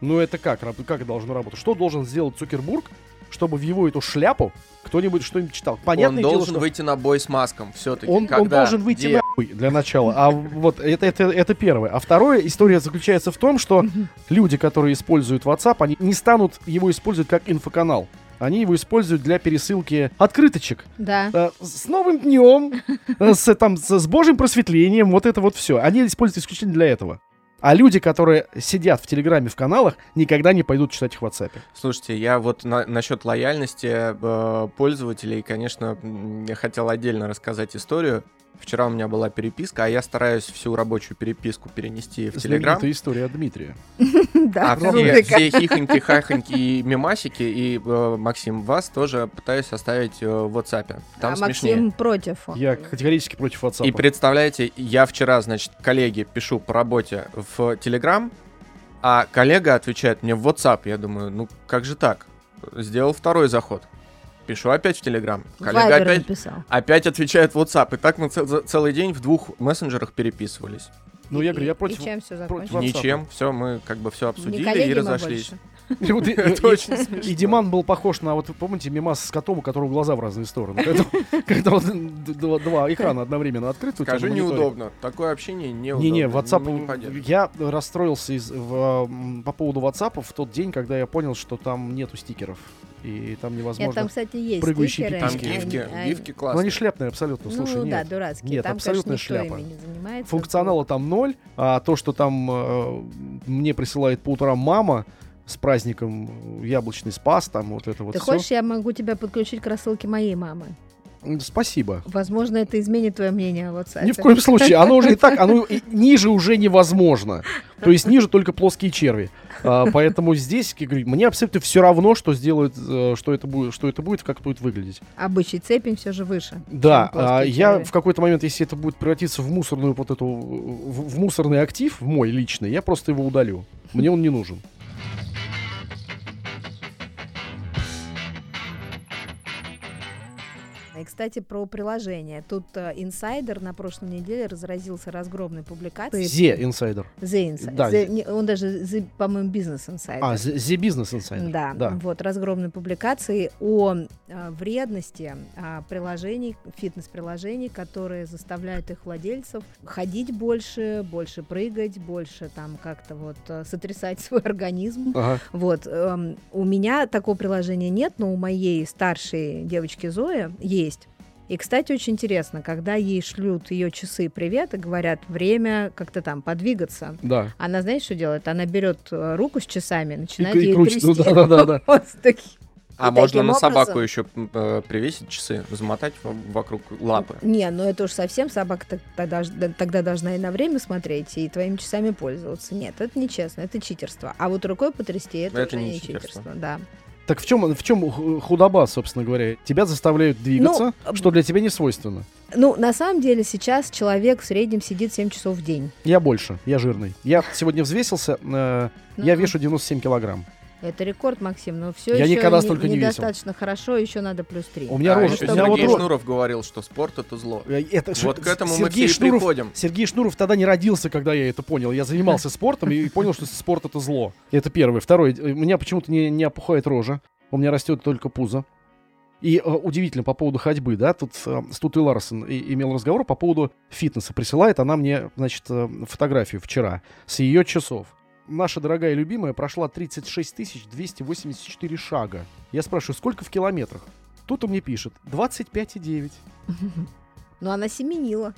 S1: Ну это как? раб- Как это должно работать? Что должен сделать Цукербург, чтобы в его эту шляпу кто-нибудь что-нибудь читал? Понятное
S3: он
S1: дело,
S3: должен
S1: что
S3: выйти на бой с маском все-таки.
S1: он, он должен выйти нахуй для начала. А вот это, это, это первое. А второе, история заключается в том, что люди, которые используют WhatsApp, они не станут его использовать как инфоканал. Они его используют для пересылки открыточек.
S2: Да.
S1: Э, С новым днем, э, с, э, там, с, с божьим просветлением, вот это вот все. Они используют исключительно для этого. А люди, которые сидят в Телеграме, в каналах, никогда не пойдут читать их в WhatsApp.
S3: Слушайте, я вот на- насчет лояльности э, пользователей, конечно, м, я хотел отдельно рассказать историю. Вчера у меня была переписка, а я стараюсь всю рабочую переписку перенести в Телеграм.
S1: Это история от Дмитрия.
S2: Да,
S3: А все,
S2: рубрика.
S3: все хихоньки, хахоньки и мемасики, и, э, Максим, вас тоже пытаюсь оставить э, в WhatsApp. Там
S2: А
S3: смешнее.
S2: Максим против.
S1: Я категорически против WhatsApp.
S3: И представляете, я вчера, значит, коллеге пишу по работе в Telegram, а коллега отвечает мне в WhatsApp. Я думаю, ну как же так? Сделал второй заход. Пишу опять в Telegram. Коллега
S2: Вайбер
S3: опять,
S2: написал.
S3: опять отвечает в WhatsApp. И так мы цел- за- целый день в двух мессенджерах переписывались.
S1: Ну, я говорю, я
S2: И-
S1: против...
S2: И чем все
S1: против
S2: закончилось?
S1: WhatsApp.
S3: Ничем, все, мы как бы все
S2: Не
S3: обсудили
S2: коллеги
S3: и
S2: мы
S3: разошлись.
S2: больше.
S1: И вот и-
S3: Это
S1: и-
S3: очень смешно.
S1: И Диман был похож на, вот вы помните, мимас с котом, у которого глаза в разные стороны. Когда- Когда вот д- два два экрана одновременно открыты. у тебя
S3: Скажу
S1: на мониторе.
S3: неудобно. Такое общение неудобно.
S1: Не-не,
S3: Мы не
S1: WhatsApp...
S3: поддерживаем.
S1: я расстроился из, в, м, по поводу WhatsApp в тот день, когда я понял, что там нету стикеров. И там
S2: Нет, там,
S1: невозможно...
S2: кстати, есть
S1: прыгающие
S2: стикеры,
S3: Там
S1: пиписьки.
S2: они-
S3: гифки,
S2: они-
S3: гифки
S1: Ну, они
S3: классные.
S1: шляпные абсолютно, слушай,
S2: Ну да,
S1: нет.
S2: дурацкие.
S1: Нет,
S2: там, конечно,
S1: абсолютная
S2: никто
S1: шляпа.
S2: ими не занимается.
S1: Функционала там ноль, а то, что там э, мне присылает по утрам мама с праздником э, яблочный спас, там вот это вот
S2: Ты
S1: всё.
S2: хочешь, я могу тебя подключить к рассылке моей мамы?
S1: М, Спасибо.
S2: Возможно, это изменит твое мнение о WhatsApp.
S1: Ни в коем случае. Оно уже и так, оно и ниже уже невозможно. То есть ниже только плоские черви. А, поэтому здесь, как говорю, мне абсолютно все равно, что сделают, э, что это будет, что это будет, как будет выглядеть.
S2: А бычий цепень все же выше.
S1: Да,
S2: чем плоские
S1: а, я
S2: черви.
S1: в какой-то момент, если это будет превратиться в мусорную вот эту, в, в мусорный актив, в мой личный, я просто его удалю. Мне он не нужен.
S2: И, кстати, про приложение. Тут э, инсайдер на прошлой неделе разразился разгромной публикацией.
S1: Зе инсайдер.
S2: The Insider.
S1: Да,
S2: The-
S1: The-
S2: не, он даже, The, по-моему, бизнес инсайдер.
S1: А, зе бизнес инсайдер.
S2: Да,
S1: Да.
S2: вот разгромной публикации о э, вредности э, приложений, фитнес-приложений, которые заставляют их владельцев ходить больше, больше прыгать, больше там как-то вот э, сотрясать свой организм.
S1: Ага.
S2: Вот эм, у меня такого приложения нет, но у моей старшей девочки Зои есть. И, кстати, очень интересно, когда ей шлют ее часы привет и говорят время как-то там подвигаться,
S1: Да.
S2: она, знаешь, что делает? Она берет э, руку с часами,
S1: И,
S2: начинает
S1: и
S2: ей
S1: крутит. Ну,
S2: трясти.
S1: да-да-да.
S2: Вот таки-
S3: А
S2: И
S3: можно
S2: таким
S3: на
S2: образом-
S3: собаку еще м, э, привесить часы, замотать в- вокруг лапы.
S2: Не, ну это уж совсем собака так- тогда, ж- да- тогда должна и на время смотреть, и твоими часами пользоваться. Нет, это нечестно, это читерство. А вот рукой потрясти это,
S3: Это
S2: уже
S3: не
S2: не
S3: читерство.
S2: читерство. да.
S1: Так в чем, в чем худоба, собственно говоря? Тебя заставляют двигаться,
S2: Ну,
S1: что для тебя не свойственно.
S2: Ну, на самом деле сейчас человек в среднем сидит 7 часов в день.
S1: Я больше, я жирный. Я сегодня взвесился, э, я
S2: Ну,
S1: вешу 97 килограмм.
S2: Это рекорд, Максим, но все
S1: Я
S2: еще
S1: никогда столько не весил.
S2: недостаточно хорошо, еще надо плюс 3.
S1: У меня
S3: а
S1: рожа,
S3: еще
S1: у меня вот
S3: Сергей
S1: рожа.
S3: Шнуров говорил, что спорт это зло.
S1: Э, Это, ш-
S3: Вот к этому мы
S1: Сергей
S3: все и
S1: Шнуров,
S3: приходим.
S1: Сергей Шнуров тогда не родился, когда я это понял. Я занимался спортом и понял, что спорт это зло. Это первое. Второе, э, у меня почему-то не, не опухает рожа, у меня растет только пузо. И э, удивительно по поводу ходьбы, да, тут э, Стут и Ларсон и- имел разговор по поводу фитнеса. Присылает она мне, значит, э, фотографию вчера с ее часов. Наша дорогая и любимая прошла 36 284 шага. Я спрашиваю, сколько в километрах? Тут он мне пишет 25,9.
S2: Но Ну, она семенила.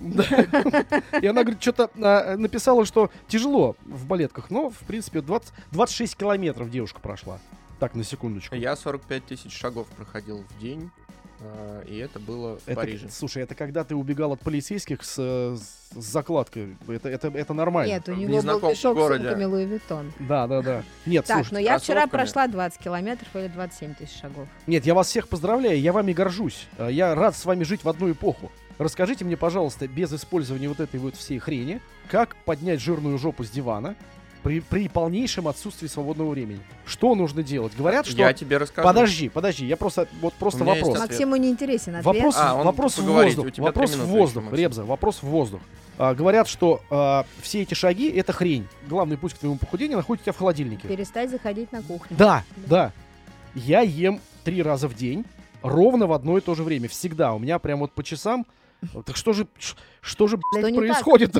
S1: И она говорит, что-то а, написала, что тяжело в балетках, но, в принципе, 20, 26 километров девушка прошла. Так, на секундочку.
S3: Я 45 тысяч шагов проходил в день. э, и это было в
S1: Это,
S3: Париже.
S1: Слушай, это когда ты убегал от полицейских с, э, с закладкой. Это, это, это нормально.
S2: Нет, у
S3: В
S2: него был
S3: незнакомом
S2: мешок с
S3: городе. а
S2: сумками Луи Виттон.
S1: Да, да, да. Нет,
S2: Так, ну
S1: слушай,
S2: но я вчера
S3: кроссовками.
S2: прошла 20 километров или 27 тысяч шагов.
S1: нет, я вас всех поздравляю, я вами горжусь. Э, Я рад с вами жить в одну эпоху. Расскажите мне, пожалуйста, без использования вот этой вот всей хрени, как поднять жирную жопу с дивана при, при полнейшем отсутствии свободного времени. Что нужно делать? Говорят, что...
S3: Я тебе расскажу.
S1: Подожди, подожди, я просто... Вот просто
S3: У меня есть
S1: вопрос.
S3: ответ.
S2: Максиму не интересен ответ.
S1: Вопрос,
S3: А, он
S1: вопрос в
S3: поговорит,
S1: воздух.
S3: у тебя
S1: вопрос
S3: три
S1: в
S3: минуты
S1: воздух,
S3: еще, Максим.
S1: Ребза, вопрос в воздух. А, говорят, что а, все эти шаги это хрень. Главный путь к твоему похудению находится у тебя в холодильнике.
S2: Перестать заходить на кухню.
S1: Да, да. Я ем три раза в день, ровно в одно и то же время. Всегда. У меня прям вот по часам. э, Так что же, что же, блядь,
S2: не так?
S1: происходит?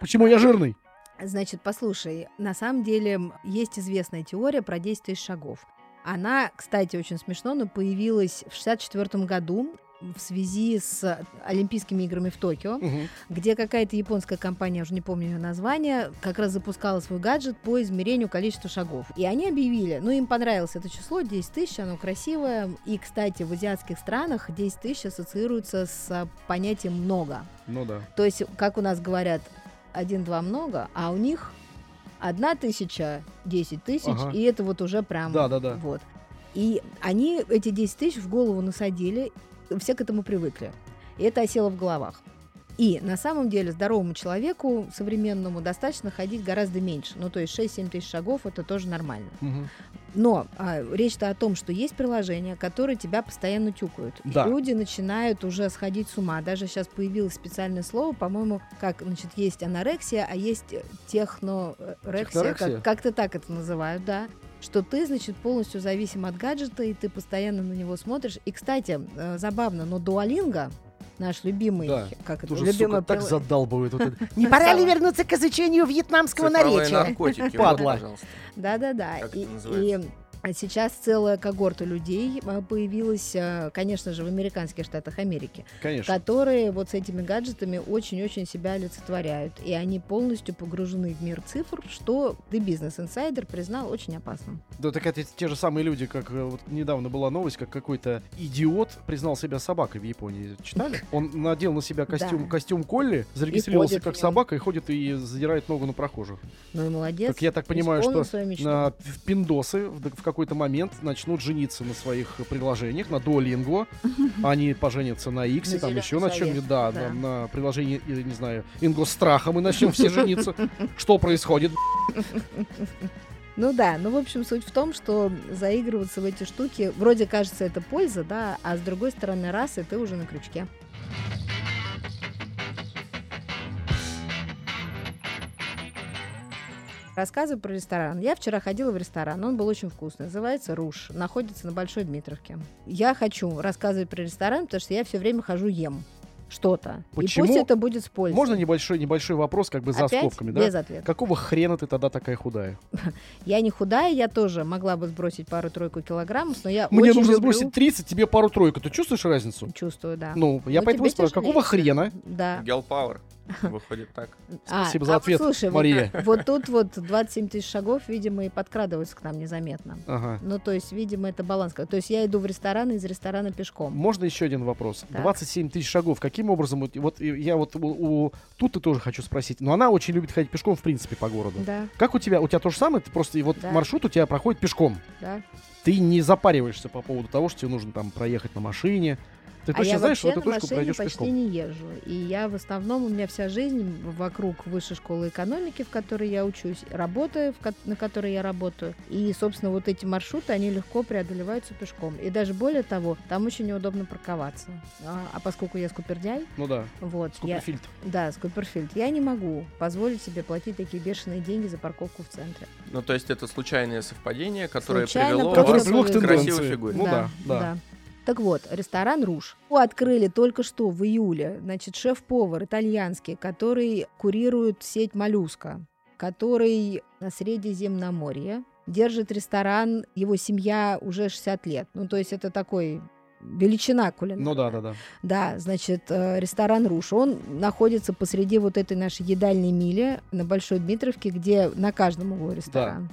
S1: Почему я жирный?
S2: Значит, послушай, на самом деле м, есть известная теория про 10 тысяч шагов. Она, кстати, очень смешно, но появилась в 1964 году в связи с Олимпийскими играми в Токио,
S1: Мгм.
S2: где какая-то японская компания, я уже не помню ее название, как раз запускала свой гаджет по измерению количества шагов. И они объявили, ну им понравилось это число, 10 тысяч, оно красивое. И, кстати, в азиатских странах 10 тысяч ассоциируется с понятием «много».
S1: Ну да.
S2: То есть, как у нас говорят, один-два много, а у них одна тысяча, десять тысяч,
S1: Ага.
S2: и это вот уже прям...
S1: Да, да, да.
S2: Вот. И они эти 10 тысяч в голову насадили, все к этому привыкли. И это осело в головах. И на самом деле здоровому человеку, современному, достаточно ходить гораздо меньше. Ну, то есть 6-7 тысяч шагов – это тоже нормально.
S1: Мгм.
S2: Но а, речь-то о том, что есть приложения, которые тебя постоянно тюкают. И
S1: Да.
S2: люди начинают уже сходить с ума. Даже сейчас появилось специальное слово, по-моему, как, значит, есть анорексия, а есть технорексия.
S1: Технорексия?
S2: Как- Как-то так это называют, да. Что ты, значит, полностью зависим от гаджета, и ты постоянно на него смотришь. И, кстати, э, забавно, но дуалинга наш любимый,
S1: Да.
S2: как это,
S1: Тоже, сука,
S2: любимое
S1: так
S2: прила-
S1: задалбывает. вот это.
S4: Не пора ли
S2: Цифровая.
S4: вернуться к изучению вьетнамского
S3: Цифровые
S4: наречия?
S3: наркотики, вот,
S1: Падла.
S3: пожалуйста.
S2: Да-да-да.
S3: Как это
S2: И,
S3: называется?
S2: и сейчас целая когорта людей а, появилась, а, конечно же, в американских штатах Америки,
S1: Конечно.
S2: которые вот с этими гаджетами очень-очень себя олицетворяют. И они полностью погружены в мир цифр, что The Business Insider признал очень опасным.
S1: Да так это те же самые люди, как э, вот недавно была новость, как какой-то идиот признал себя собакой в Японии. Читали? Он надел на себя костюм,
S2: Да.
S1: костюм Колли, зарегистрировался
S2: ходит
S1: как
S2: в нем.
S1: собака и ходит и задирает ногу на прохожих.
S2: Ну и молодец.
S1: Так я так понимаю,
S2: исполнил
S1: что
S2: свою мечту.
S1: на в пиндосы в, в какой-то момент начнут жениться на своих приложениях, на Duolingo, они поженятся на X,
S2: На
S1: там еще
S2: «Зелёной
S1: на чем-нибудь,
S2: сове»,
S1: да,
S2: да.
S1: на, на приложении, э, не знаю, Ингосстраха мы начнем все жениться. Что происходит?
S2: Ну да, ну в общем суть в том, что заигрываться в эти штуки, вроде кажется это польза, да, а с другой стороны раз, и ты уже на крючке. Рассказываю про ресторан. Я вчера ходила в ресторан, он был очень вкусный, называется «Руш», находится на Большой Дмитровке. Я хочу рассказывать про ресторан, потому что я все время хожу ем что-то.
S1: Почему?
S2: И пусть это будет с пользой.
S1: Можно небольшой небольшой вопрос, как бы за
S2: Опять
S1: скобками, да?
S2: без ответа.
S1: Какого хрена ты тогда такая худая?
S2: Я не худая, я тоже могла бы сбросить пару-тройку килограммов, но я
S1: Мне
S2: очень
S1: нужно
S2: люблю-
S1: сбросить 30, тебе пару-тройку. Ты чувствуешь разницу?
S2: Чувствую, да.
S1: Ну, я
S2: Ну,
S1: поэтому
S2: тебе
S1: спрашиваю, какого
S2: тяжелее,
S1: хрена?
S2: Да.
S3: Girl power. Выходит так.
S2: А,
S1: Спасибо за
S2: а,
S1: ответ,
S2: слушай, вот-
S1: Мария.
S2: Вот, тут вот 27 тысяч шагов, видимо, и подкрадываются к нам незаметно.
S1: Ага.
S2: Ну, то есть, видимо, это баланс. То есть я иду в ресторан и из ресторана пешком.
S1: Можно еще один вопрос?
S2: Так.
S1: 27 тысяч шагов. Каким образом? вот- Вот и я вот у, у- тут ты тоже хочу спросить. Но она очень любит ходить пешком, в принципе, по городу.
S2: Да,
S1: Как у тебя? У тебя то же самое? Ты просто и вот
S2: Да.
S1: маршрут у тебя проходит пешком.
S2: да.
S1: Ты не запариваешься по поводу того, что тебе нужно там проехать на машине. Ты
S2: а
S1: точно
S2: я
S1: знаешь, что
S2: вообще
S1: эту
S2: на
S1: точку
S2: машине
S1: пройдешь
S2: почти
S1: пешком.
S2: не езжу. И я в основном, у меня вся жизнь вокруг высшей школы экономики, в которой я учусь, работы, в ко- на которой я работаю. И, собственно, вот эти маршруты, они легко преодолеваются пешком. И даже более того, там очень неудобно парковаться. А, а поскольку я скупердяй,
S1: Ну да,
S2: вот, я,
S1: скуперфильд.
S2: да, скуперфильд, я не могу позволить себе платить такие бешеные деньги за парковку в центре.
S3: Ну, то есть это случайное совпадение, которое
S2: Случайно
S3: привело
S2: просто
S1: Который
S3: вас
S1: привел к
S2: повезло.
S3: к красивой
S1: тенденции.
S3: фигуре.
S1: Ну да, да.
S2: Так вот, ресторан «Руж». Его Открыли только что, в июле. Значит, шеф-повар итальянский, который курирует сеть «Моллюска», который на Средиземноморье держит ресторан, его семья уже 60 лет. Ну, то есть это такой величина кулинарная.
S1: Ну да, да, да.
S2: Да, значит, э, ресторан «Руш». Он находится посреди вот этой нашей едальной мили на Большой Дмитровке, где на каждом углу ресторан.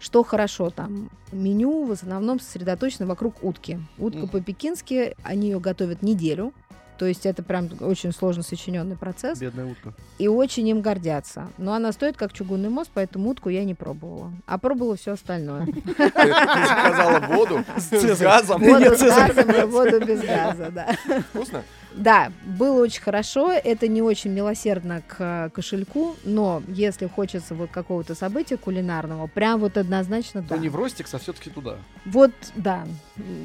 S2: Что хорошо там? Меню в основном сосредоточено вокруг утки. Утка
S1: Мгм.
S2: по-пекински, они ее готовят неделю. То есть это прям очень сложно сочиненный процесс.
S1: Бедная утка.
S2: И очень им гордятся. Но она стоит как чугунный мост, поэтому утку я не пробовала. А пробовала все остальное.
S3: Ты ты заказала воду с
S1: цезарем.
S3: газом.
S1: Нет,
S2: Воду с
S1: Цезарь.
S2: газом и воду без газа, да.
S3: Вкусно?
S2: Да, было очень хорошо. Это не очень милосердно к э, кошельку, но если хочется вот какого-то события кулинарного, прям вот однозначно
S1: То
S2: да.
S1: не в Ростикс, а все-таки туда.
S2: Вот да,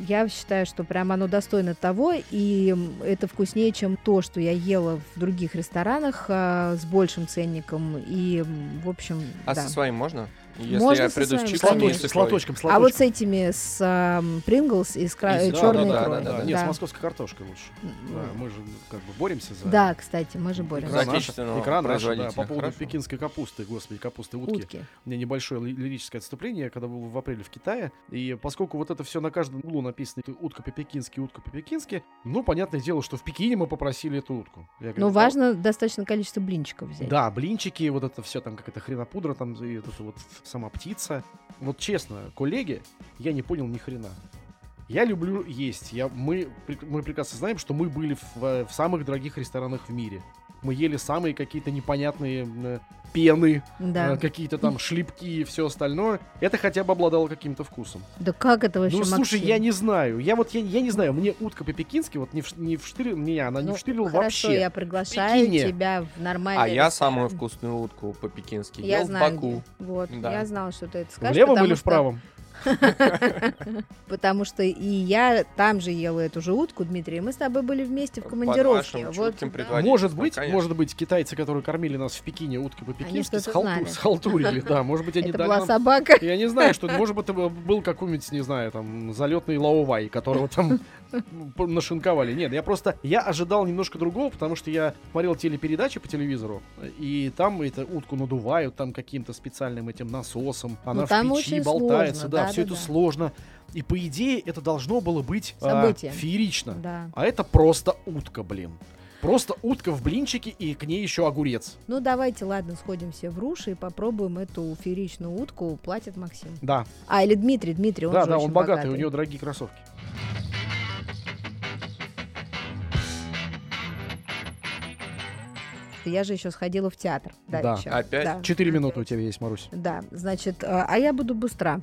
S2: я считаю, что прям оно достойно того, и это вкуснее, чем то, что я ела в других ресторанах э, с большим ценником и, м, в общем,
S3: А
S2: да.
S3: со своим можно? Если
S2: Можно
S3: я
S2: со
S3: приду с
S2: своим,
S3: чипсами и
S2: конечно.
S1: Слоточком, слоточком,
S3: свеклой.
S2: А вот с этими с эм, Pringles и с кра-
S1: И
S2: э,
S1: с- да,
S2: черной
S1: да, да,
S2: икрой.
S1: да, да.
S2: Да.
S1: Нет, с московской картошкой лучше. Да,
S2: М,
S1: мы же ну, как бы боремся за...
S2: да, кстати, мы же боремся.
S1: Икра наша,
S3: Отечественного
S1: икра наша, да.
S3: производителя.
S1: По поводу
S3: Хорошо.
S1: пекинской капусты, господи, капусты утки.
S2: Утки.
S1: У меня небольшое ли- лирическое отступление, я когда был в апреле в Китае. И поскольку вот это все на каждом углу написано утка по-пекински, утка по-пекински, ну, понятное дело, что в Пекине мы попросили эту утку. Я говорю, «Да,
S2: Но Ну, важно достаточно количество блинчиков взять.
S1: Да, блинчики, вот это все там какая-то хренопудра, там и вот эта вот сама птица. Вот честно, коллеги, я не понял ни хрена. Я люблю есть. Я, мы, прек- мы прекрасно знаем, что мы были в, э, в самых дорогих ресторанах в мире. Мы ели самые какие-то непонятные э, пены,
S2: Да.
S1: э, какие-то там шлепки и все остальное. Это хотя бы обладало каким-то вкусом.
S2: Да как это вообще,
S1: ну, слушай,
S2: Максим?
S1: я не знаю. Я вот я, я не знаю. Мне утка по-пекински вот не, вш- не вштырила, меня она не
S2: Ну,
S1: вштырила
S2: хорошо,
S1: вообще.
S2: я приглашаю
S1: Пекине.
S2: тебя в нормальный
S3: А я
S2: ресторан.
S3: самую вкусную утку по-пекински
S2: Я
S3: ел в
S2: знаю,
S3: Баку.
S2: где. Вот,
S3: Да.
S2: я знала, что ты это
S1: В
S2: скажешь.
S1: левом
S2: потому
S1: или в
S2: что-
S1: правом?
S2: Потому что и я там же ела эту же утку, Дмитрий, и мы с тобой были вместе в
S3: Под
S2: командировке.
S3: вашим
S2: Вот,
S3: чутким
S2: да.
S3: предводителем. водитель,
S1: Может
S3: ну,
S1: быть,
S3: конечно.
S1: может быть, китайцы, которые кормили нас в Пекине уткой по-пекински,
S2: что-то
S1: схалту-
S2: знали.
S1: схалтурили, да, может быть, они
S2: это
S1: дали
S2: была
S1: нам-
S2: собака.
S1: Я не знаю, что, может быть, это был какой-нибудь, не знаю, там, залетный лаовай, которого там п- нашинковали. Нет, я просто, я ожидал немножко другого, потому что я смотрел телепередачи по телевизору, и там это утку надувают, там каким-то специальным этим насосом, она
S2: Ну, там
S1: в печи
S2: очень
S1: болтается,
S2: сложно,
S1: да, все это
S2: да-да-да.
S1: сложно. И по идее это должно было быть а,
S2: Событие.
S1: феерично.
S2: Да.
S1: А это просто утка, блин. Просто утка в блинчике и к ней еще огурец.
S2: Ну давайте, ладно, сходимся в руши и попробуем эту фееричную утку. Платит Максим.
S1: Да,
S2: А, или Дмитрий, Дмитрий, он
S1: да,
S2: же
S1: да,
S2: очень
S1: он богатый, у него дорогие кроссовки.
S2: Я же еще сходила в театр.
S1: Да.
S2: давеча.
S3: Опять?
S2: Да.
S1: Четыре минуты у тебя есть, Марусь.
S2: Да, значит, э, а я буду быстра.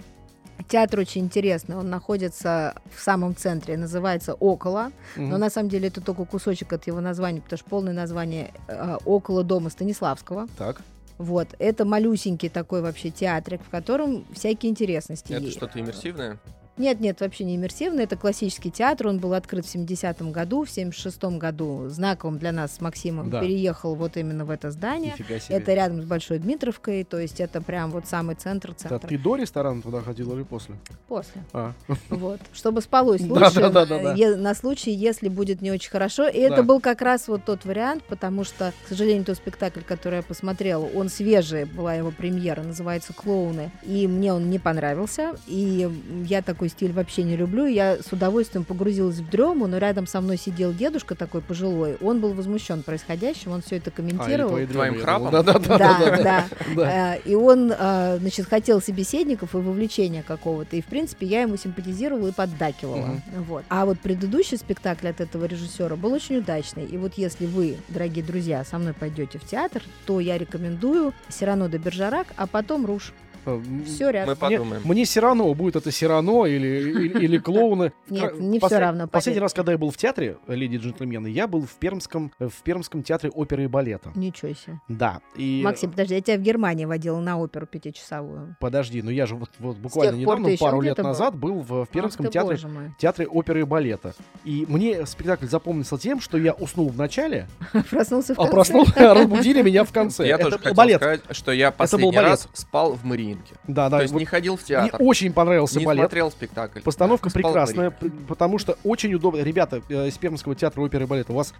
S2: Театр очень интересный, он находится в самом центре, называется «Около», но
S1: Мгм.
S2: Ну, на самом деле это только кусочек от его названия, потому что полное название э, «Около дома Станиславского».
S1: Так.
S2: Вот, это малюсенький такой вообще театрик, в котором всякие интересности
S3: Это
S2: есть.
S3: что-то иммерсивное?
S2: Нет, нет, вообще не иммерсивный. Это классический театр. Он был открыт в 70-м году, в 76-м году знаковым для нас с Максимом
S1: Да.
S2: переехал вот именно в это здание.
S1: Нифига себе.
S2: Это рядом с Большой Дмитровкой, то есть это прям вот самый центр
S1: Да
S2: центра.
S1: ты до ресторана туда ходила или после?
S2: После.
S1: А.
S2: Вот. Чтобы спалось
S1: Да,
S2: лучше э,
S1: да, да, да, да.
S2: е- на случай, если будет не очень хорошо. И
S1: Да.
S2: это был как раз вот тот вариант, потому что, к сожалению, тот спектакль, который я посмотрела, он свежий, была его премьера, называется «Клоуны», и мне он не понравился, и я такой стиль вообще не люблю, и я с удовольствием погрузилась в дрему, но рядом со мной сидел дедушка такой пожилой, он был возмущен происходящим, он все
S1: А,
S2: это комментировал.
S3: Твоим храпом?
S1: Да, да, да, да, да,
S2: да.
S1: да.
S2: Э, И он, э, значит, хотел собеседников и вовлечения какого-то. И, в принципе, я ему симпатизировала и поддакивала. Вот. А вот предыдущий спектакль от этого режиссера был очень удачный. И вот если вы, дорогие друзья, со мной пойдете в театр, то я рекомендую Сирано де Бержарак, а потом Руш.
S1: Э, М,
S2: Все
S3: Мы
S2: рядом.
S3: подумаем.
S1: Мне все равно, будет это Сирано или, или, или клоуны.
S2: Нет,
S1: Кра-
S2: не
S1: послед-
S2: все равно.
S1: Последний
S2: поверь.
S1: раз, когда я был в театре, э, леди и джентльмены, я был в Пермском, э, в Пермском театре оперы и балета.
S2: Ничего себе.
S1: Да. И...
S2: Максим, подожди, я тебя в Германии водила на оперу пятичасовую.
S1: Подожди, ну я же вот, вот буквально
S2: тех пор
S1: недавно,
S2: ты ещё
S1: пару лет
S2: где-то был?
S1: назад, был в, в Пермском
S2: Ах ты,
S1: театре,
S2: боже мой.
S1: театре оперы и балета. И мне спектакль запомнился тем, что я уснул в начале,
S2: Проснулся в
S1: а
S2: конце.
S1: проснулся, разбудили меня в конце.
S3: Я
S1: Это
S3: тоже
S1: был
S3: хотел
S1: балет.
S3: сказать, что я последний
S1: балет.
S3: раз спал в Мариинке.
S1: Да, да.
S3: То есть
S1: вот
S3: не ходил в
S1: мне
S3: театр,
S1: очень понравился
S3: не
S1: балет.
S3: смотрел спектакль.
S1: Постановка
S3: Спал в
S1: прекрасная,
S3: Мариинке.
S1: п- потому что очень удобно. Ребята э, из Пермского театра оперы и балета, у вас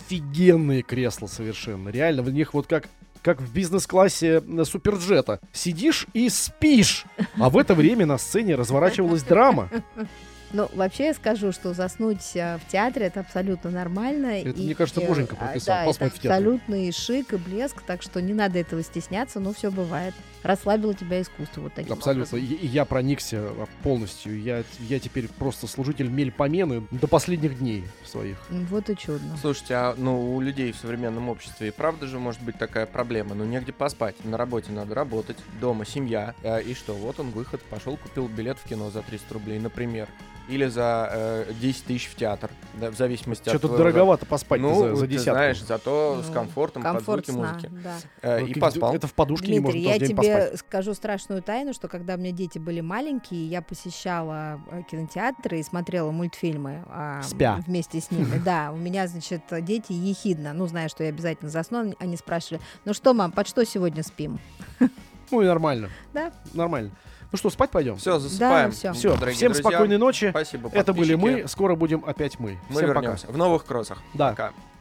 S1: офигенные кресла совершенно. Реально, в них вот как как в бизнес-классе э, суперджета. Сидишь и спишь. А в это время на сцене разворачивалась драма.
S2: Ну, вообще я скажу, что заснуть э, в театре это абсолютно нормально.
S1: Это,
S2: и,
S1: мне кажется,
S2: э,
S1: Боженька
S2: а,
S1: прописал,
S2: да,
S1: поспать
S2: это
S1: в театре.
S2: абсолютный шик и блеск, так что не надо этого стесняться, но все бывает. Расслабило тебя искусство вот таким
S1: Абсолютно.
S2: образом.
S1: И- и я проникся а, полностью. Я, я теперь просто служитель мельпомены до последних дней своих.
S2: М, Вот и чудно.
S3: Слушайте, а ну у людей в современном обществе и правда же может быть такая проблема. Ну негде поспать. На работе надо работать, дома семья. А, и что, вот он выход, пошел, купил билет в кино за 300 рублей, например. Или за э, 10 тысяч в театр, да, в зависимости от
S1: Что-то
S3: твоего
S1: дороговато поспать
S3: Ну,
S1: за, за
S3: ты
S1: десятку.
S3: знаешь, зато с
S2: Ну,
S3: комфортом,
S2: Комфорт
S3: под звуки
S2: сна,
S3: музыки.
S2: да.
S3: Э,
S1: Ну,
S3: и
S1: как-
S3: поспал.
S1: Это в подушке не
S2: Дмитрий,
S1: можно
S2: я
S1: тоже
S2: тебе
S1: день поспать.
S2: скажу страшную тайну, что когда у меня дети были маленькие, я посещала э, кинотеатры и смотрела мультфильмы а,
S1: Спя.
S2: вместе с ними. Да, у меня, значит, дети ехидно, ну, зная, что я обязательно засну, они- они спрашивали, ну что, мам, под что сегодня спим?
S1: Ну и нормально.
S2: Да.
S1: Нормально. Ну что, спать пойдем?
S3: Все, засыпаем.
S2: всё.
S1: Все,
S3: дорогие
S1: всем
S3: друзья.
S1: спокойной ночи.
S3: Спасибо,
S1: Это были
S3: подписчики.
S1: мы, скоро будем опять мы.
S3: Мы
S1: всем
S3: вернемся в новых кроссах.
S1: пока. Да.
S3: Пока.